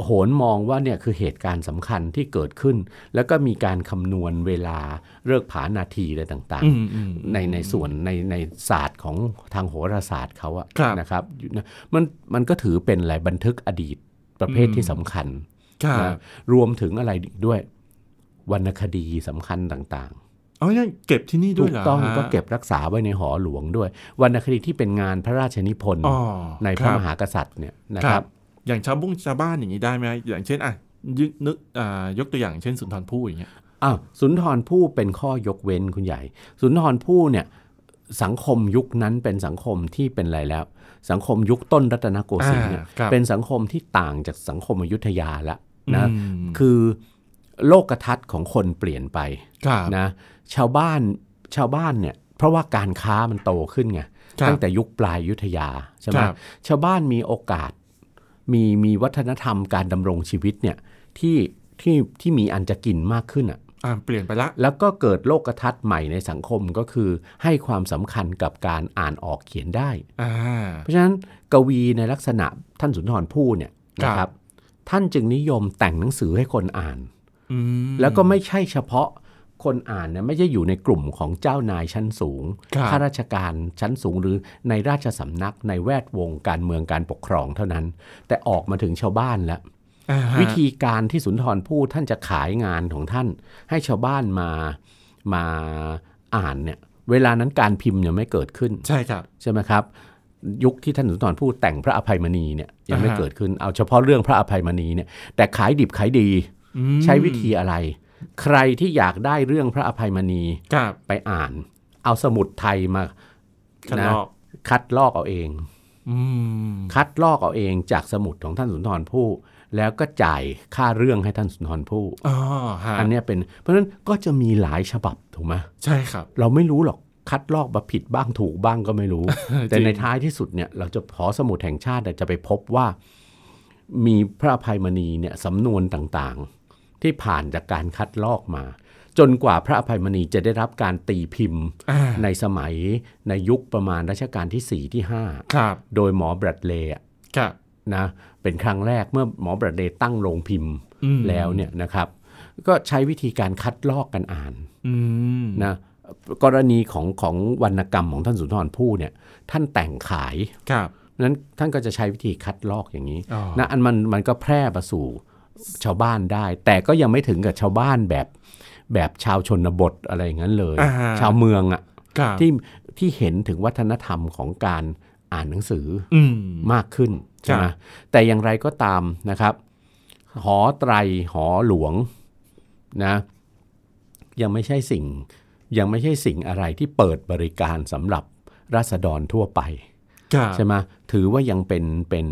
Speaker 2: โหนมองว่าเนี่ยคือเหตุการณ์สำคัญที่เกิดขึ้น แล้วก็มีการคำนวณเวลาเลิกผานาทีอะไรต่าง
Speaker 1: อื
Speaker 2: ๆ
Speaker 1: มอืม
Speaker 2: ในในส่วนในในศาสตร์ของทางโหราศาสตร์เขาอะ
Speaker 1: ครับ
Speaker 2: นะครับอยู่นะมันมันก็ถือเป็นอะไรบันทึกอดีตประเภท
Speaker 1: อืม
Speaker 2: ที่สำคัญ
Speaker 1: ครับ
Speaker 2: นะรวมถึงอะไรอีกด้วย วรรณคดีสำคัญต่าง ๆ
Speaker 1: เอายังเก็บที่นี่ด้
Speaker 2: ถู
Speaker 1: วย
Speaker 2: ก
Speaker 1: เหรอ
Speaker 2: ต้อง
Speaker 1: ฮะ
Speaker 2: ก็เก็บรักษาไว้ในหอหลวงด้วยวรรณคดีที่เป็นงานพระราชนิพนธ์
Speaker 1: อ๋อ
Speaker 2: ในพระ
Speaker 1: คบ
Speaker 2: มหากษัตริย์เนี่ยนะครับ
Speaker 1: อย่างชาวบุ้งชาวบ้านอย่างนี้ได้ไหมอย่างเช่นอ่ะยึกนึกอ่ายกตัวอย่างเช่นสุนทรภู่อย่างเงี้ย
Speaker 2: อ้าวสุนทรภู่เป็นข้อยกเว้นคุณใหญ่ สุนทรภู่เนี่ยสังคมยุคนั้นเป็นสังคมที่เป็นอะไรแล้ว สังคมยุคต้นรัตนโกสินทร์เนี่ย
Speaker 1: อ่าครับ
Speaker 2: เป็นสังคมที่ต่างจากสังคมอยุธยาละนะ
Speaker 1: อืม
Speaker 2: คือโลกทัศน์ของคนเปลี่ยนไป
Speaker 1: ครับ
Speaker 2: นะชาวบ้านชาวบ้านเนี่ยเพราะว่าการค้ามันโตขึ้นไง
Speaker 1: ครับ
Speaker 2: ตั้งแต่ยุคปลายยุทธยาใช่ไหม
Speaker 1: ครับ
Speaker 2: ชาวบ้านมีโอกาสมีมีวัฒนธรรมการดำรงชีวิตเนี่ยที่ที่ที่มีอันจะกินมากขึ้นอ่ะ
Speaker 1: อ่าเปลี่ยนไปละ
Speaker 2: แล้วก็เกิดโลกทัศน์ใหม่ในสังคมก็คือให้ความสำคัญกับการอ่านออกเขียนได้
Speaker 1: อ่า
Speaker 2: เพราะฉะนั้นกวีในลักษณะท่านสุนทรภู่เนี่ยนะ
Speaker 1: ค
Speaker 2: ค
Speaker 1: รั
Speaker 2: รับ บ ท่านจึงนิยมแต่งหนังสือให้คนอ่าน
Speaker 1: อืม
Speaker 2: แล้วก็ไม่ใช่เฉพาะคนอ่านนะไม่ใช่อยู่ในกลุ่มของเจ้านายชั้นสูง
Speaker 1: ครับ
Speaker 2: ข้าราชการชั้นสูงหรือในราชสำนักในแวดวงการเมืองการปกครองเท่านั้น แต่ออกมาถึงชาวบ้านแล้ว
Speaker 1: อ่าฮะ
Speaker 2: วิธีการที่สุนทรพูดท่านจะขายงานของท่าน ให้ชาวบ้านมามาอ่านเนี่ยเวลานั้นการพิมพ์ยังไม่เกิดขึ้น
Speaker 1: ใช่ครับ
Speaker 2: ใช่ไหมครับ ยุคที่ท่านสุนทรพูดแต่งพระอภัยมณีเนี่ยยังไม่
Speaker 1: อ่าฮะ
Speaker 2: เกิดขึ้นเอาเฉพาะเรื่องพระอภัยมณีเนี่ยแต่ขายดิบขายดี
Speaker 1: อืม
Speaker 2: ใช้วิธีอะไร ใครที่อยากได้เรื่องพระอภัยมณี
Speaker 1: ครับ
Speaker 2: ไปอ่าน เอาสมุดไทยมา
Speaker 1: ขัน
Speaker 2: นะ
Speaker 1: ลอก
Speaker 2: คัดลอกเอาเอง
Speaker 1: อืม
Speaker 2: คัดลอกเอาเองจากสมุดของท่านสุนทรภู่แล้วก็จ่ายค่าเรื่องให้ท่านสุนทรภู่
Speaker 1: อ๋อฮะ
Speaker 2: อันเนี้ยเป็นเพราะฉะนั้นก็จะมีหลายฉบับถูกไหม
Speaker 1: ใช่ครับ
Speaker 2: เราไม่รู้หรอกคัดลอกมาผิดบ้างถูกบ้างก็ไม่รู้ แต่ในท้ายที่สุดเนี่ยเราจะหอสมุดแห่งชาติเนี่ยจะไปพบว่ามีพระอภัยมณีเนี่ยสำนวนต่างๆ ที่ผ่านจากการคัดลอกมา จนกว่าพระอภัยมณีจะได้รับการตีพิมพ์
Speaker 1: อ่า
Speaker 2: ในสมัยในยุคประมาณรัชกาลที่ 4 ที่
Speaker 1: ครับ
Speaker 2: 5 โดยหมอแบรดเลย์อะ
Speaker 1: ครับ
Speaker 2: นะเป็นครั้งแรกเมื่อหมอแบรดเลย์ตั้งโรงพิมพ์
Speaker 1: อืม
Speaker 2: แล้วเนี่ยนะครับ ก็ใช้วิธีการคัดลอกกันอ่าน
Speaker 1: อืม
Speaker 2: นะกรณีของของวรรณกรรมของท่านสุนทรภู่เนี่ยท่านแต่งขาย
Speaker 1: ครับ
Speaker 2: นั้นท่านก็จะใช้วิธีคัดลอกอย่างนี้
Speaker 1: อ๋อ
Speaker 2: นะอันมันมันก็แพร่มาสู่ชาวบ้านได้ แต่ก็ยังไม่ถึงกับชาวบ้านแบบแบบชาวชนบทอะไรอย่างนั้นเลย
Speaker 1: อ่า
Speaker 2: ชาวเมืองอะ
Speaker 1: ครับ
Speaker 2: ที่ที่เห็นถึงวัฒนธรรมของการอ่านหนังสือ
Speaker 1: อืม
Speaker 2: มากขึ้นใช่ไหม
Speaker 1: ครับ
Speaker 2: แต่อย่างไรก็ตามนะครับ หอไตรหอหลวงนะยังไม่ใช่สิ่ง ยังไม่ใช่สิ่งอะไรที่เปิดบริการสำหรับราษฎรทั่วไป
Speaker 1: ครับ
Speaker 2: ใช่ไหมถือว่ายังเป็นเป็น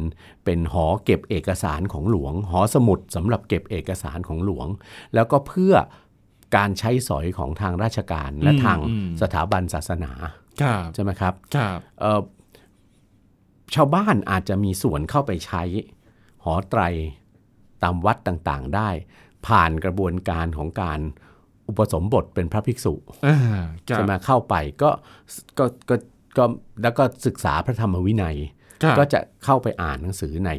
Speaker 2: เป็นหอเก็บเอกสารของหลวง หอสมุดสำหรับเก็บเอกสารของหลวง แล้วก็เพื่อการใช้สอยของทางราชการและทางสถาบันศาสนา
Speaker 1: ครับ
Speaker 2: ใช่ไหมครับ
Speaker 1: ครับ
Speaker 2: เอ่อชาวบ้านอาจจะมีส่วนเข้าไปใช้ หอไตรตามวัดต่างๆได้ ผ่านกระบวนการของการอุปสมบทเป็นพระภิกษุ
Speaker 1: อ่าครับ
Speaker 2: ใช่ไหมเข้าไปก็ก็ก็ก็แล้วก็ศึกษาพระธรรมวินัย
Speaker 1: ครับ
Speaker 2: ก็จะเข้าไปอ่านหนังสือใน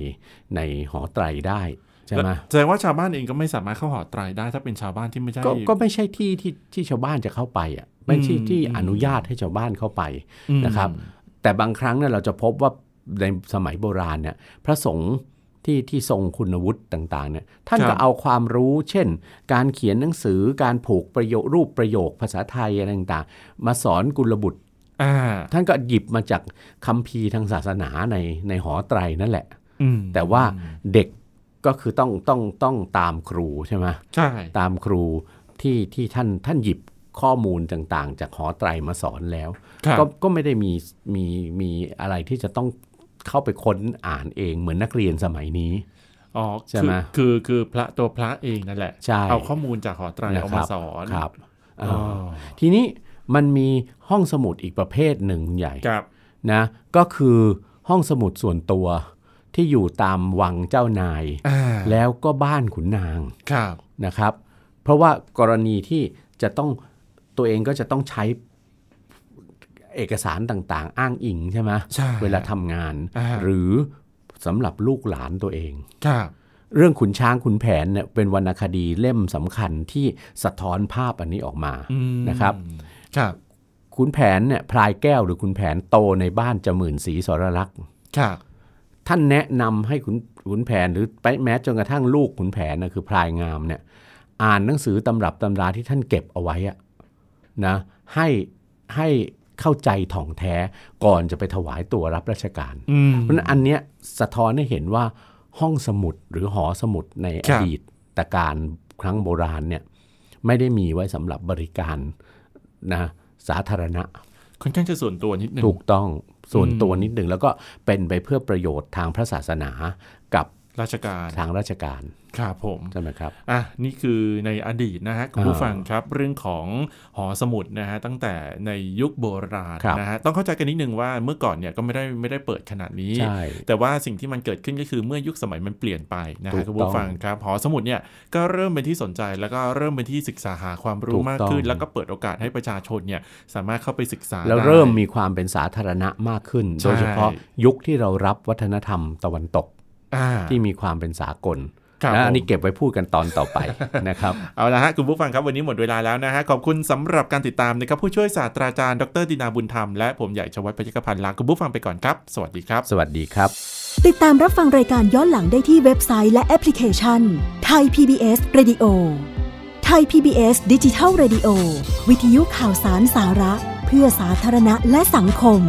Speaker 2: ในหอไตรได้ใช่ไหม
Speaker 1: แล้วแสดงว่าชาวบ้านเองก็ไม่สามารถเข้าหอไตรได้ถ้าเป็นชาวบ้านที่ไม่ใช่
Speaker 2: ก็ก็ไม่ใช่ที่ที่ที่ชาวบ้านจะเข้าไปอ่ะไม่ใช่
Speaker 1: อืม
Speaker 2: ที่อนุญาตให้ชาวบ้านเข้าไป
Speaker 1: อืม
Speaker 2: นะครับ แต่บางครั้งเนี่ยเราจะพบว่าในสมัยโบราณเนี่ยพระสงฆ์ ที่ที่ทรงคุณวุฒิต่างๆเนี่ยท่าน
Speaker 1: ครั
Speaker 2: ก็
Speaker 1: บ
Speaker 2: เอาความรู้ เช่น การเขียนหนังสือการผูกประโยครูปประโยคภาษาไทยอะไรต่างๆ มาสอนกุลบุตร
Speaker 1: อ่า
Speaker 2: ท่านก็หยิบมาจากคัมภีร์ทางศาสนาในในหอไตรนั่นแหละ
Speaker 1: อืม
Speaker 2: แต่ว่าเด็กก็คือต้องต้องต้องตามครูใช่ไหม
Speaker 1: ใช่
Speaker 2: ตามครูที่ที่ท่านท่านหยิบข้อมูลต่างๆ จากหอไตรมาสอนแล้ว
Speaker 1: ครับ
Speaker 2: ก็ก็ไม่ได้มีมีมีอะไรที่จะต้องเข้าไปค้นอ่านเองเหมือนนักเรียนสมัยนี้
Speaker 1: อ๋อ
Speaker 2: ใช่ไหม
Speaker 1: คือคือคือพระตัวพระเองนั่นแหละ
Speaker 2: ใช่
Speaker 1: เอาข้อมูลจากหอไตร
Speaker 2: นะครับ
Speaker 1: เอามาสอน
Speaker 2: ครับเอ่อ
Speaker 1: อ๋อ
Speaker 2: ทีนี้มันมีห้องสมุดอีกประเภทหนึ่งใหญ่
Speaker 1: ครับ
Speaker 2: นะก็คือห้องสมุดส่วนตัวที่อยู่ตามวังเจ้านาย
Speaker 1: อ่า
Speaker 2: แล้วก็บ้านขุนนาง
Speaker 1: ครับ
Speaker 2: นะครับ เพราะว่ากรณีที่จะต้องตัวเองก็จะต้องใช้เอกสารต่างๆ อ้างอิงใช่ไหม
Speaker 1: ใช่
Speaker 2: เวลาทำงาน
Speaker 1: อ่า
Speaker 2: หรือสำหรับลูกหลานตัวเอง
Speaker 1: ครับ
Speaker 2: เรื่องขุนช้างขุนแผนเนี่ยเป็นวรรณคดีเล่มสำคัญที่สะท้อนภาพอันนี้ออกมา
Speaker 1: อืม
Speaker 2: นะครับ
Speaker 1: ครับ
Speaker 2: ขุนแผนเนี่ยพลายแก้วหรือขุนแผนโตในบ้านจมื่นศรีสรลักษณ์
Speaker 1: ครับ
Speaker 2: ท่านแนะนำให้ขุนขุนแผนหรือไปแม้จนกระทั่งลูกขุนแผนนะคือพลายงามเนี่ยอ่านหนังสือตำรับตำราที่ท่านเก็บเอาไว้อะนะให้ให้เข้าใจถ่องแท้ก่อนจะไปถวายตัวรับราชการ
Speaker 1: อืม
Speaker 2: เพราะฉะนั้นอันเนี้ยสะท้อนให้เห็นว่าห้องสมุดหรือหอสมุดใน
Speaker 1: ค
Speaker 2: อ
Speaker 1: รับ
Speaker 2: ดีตตการครั้งโบราณเนี่ยไม่ได้มีไว้สำหรับบริการนะสาธารณะ
Speaker 1: ค่อนข้างจะส่วนตัวนิดนึง
Speaker 2: ถูกต้องส่วน
Speaker 1: อืม
Speaker 2: ตัวนิดหนึ่งแล้วก็เป็นไปเพื่อประโยชน์ทางพระศาสนากับ
Speaker 1: ราชการ
Speaker 2: ทางราชการ
Speaker 1: ครับผม
Speaker 2: ใช่ไหมครับ
Speaker 1: อ่ะนี่คือในอดีตนะฮะคุณ
Speaker 2: อ่า
Speaker 1: ผู้ฟังครับเรื่องของหอสมุดนะฮะตั้งแต่ในยุคโบราณ
Speaker 2: ครับ
Speaker 1: นะฮะต้องเข้าใจกันนิดนึงว่าเมื่อก่อนเนี่ยก็ไม่ได้ไม่ได้เปิดขนาดนี้
Speaker 2: ใช่
Speaker 1: แต่ว่าสิ่งที่มันเกิดขึ้นก็คือเมื่อยุคสมัยมันเปลี่ยนไปนะ
Speaker 2: ถู
Speaker 1: ฮะ
Speaker 2: ก
Speaker 1: คุณผู้ฟังครับหอสมุดเนี่ยก็เริ่มเป็นที่สนใจแล้วก็เริ่มเป็นที่ศึกษาหาความ
Speaker 2: ถู
Speaker 1: รู้
Speaker 2: ก
Speaker 1: มาก
Speaker 2: ต้อง
Speaker 1: ขึ้น แล้วก็เปิดโอกาสให้ประชาชนเนี่ยสามารถเข้าไปศึกษา
Speaker 2: แล้ว
Speaker 1: ได้
Speaker 2: เริ่มมีความเป็นสาธารณะมากขึ้น
Speaker 1: ใช่
Speaker 2: โดยเฉพาะยุคที่เรารับวัฒนธรรมตะวันตก
Speaker 1: อ่า
Speaker 2: ที่มีความเป็นสากล
Speaker 1: ครับ
Speaker 2: นะอันนี้
Speaker 1: ผม
Speaker 2: เก็บไว้พูดกันตอนต่อไป นะครับ
Speaker 1: เอาละฮะคุณผู้ฟังครับวันนี้หมดเวลาแล้วนะฮะขอบคุณสำหรับการติดตามนะครับผู้ช่วยศาสตราจารย์ดรดินาบุญธรรมและผมใหญ่ชวัฒน์พยกพันธ์ลาคุณผู้ฟังไปก่อนครับ สวัสดีครับ
Speaker 2: สวัสดีครับ
Speaker 3: ติดตามรับฟังรายการย้อนหลังได้ที่เว็บไซต์และแอปพลิเคชันไทย PBS Radio ไทย PBS ดิจิทัล Radio วิทยุข่าวสารสาระ เพื่อสาธารณะและสังคม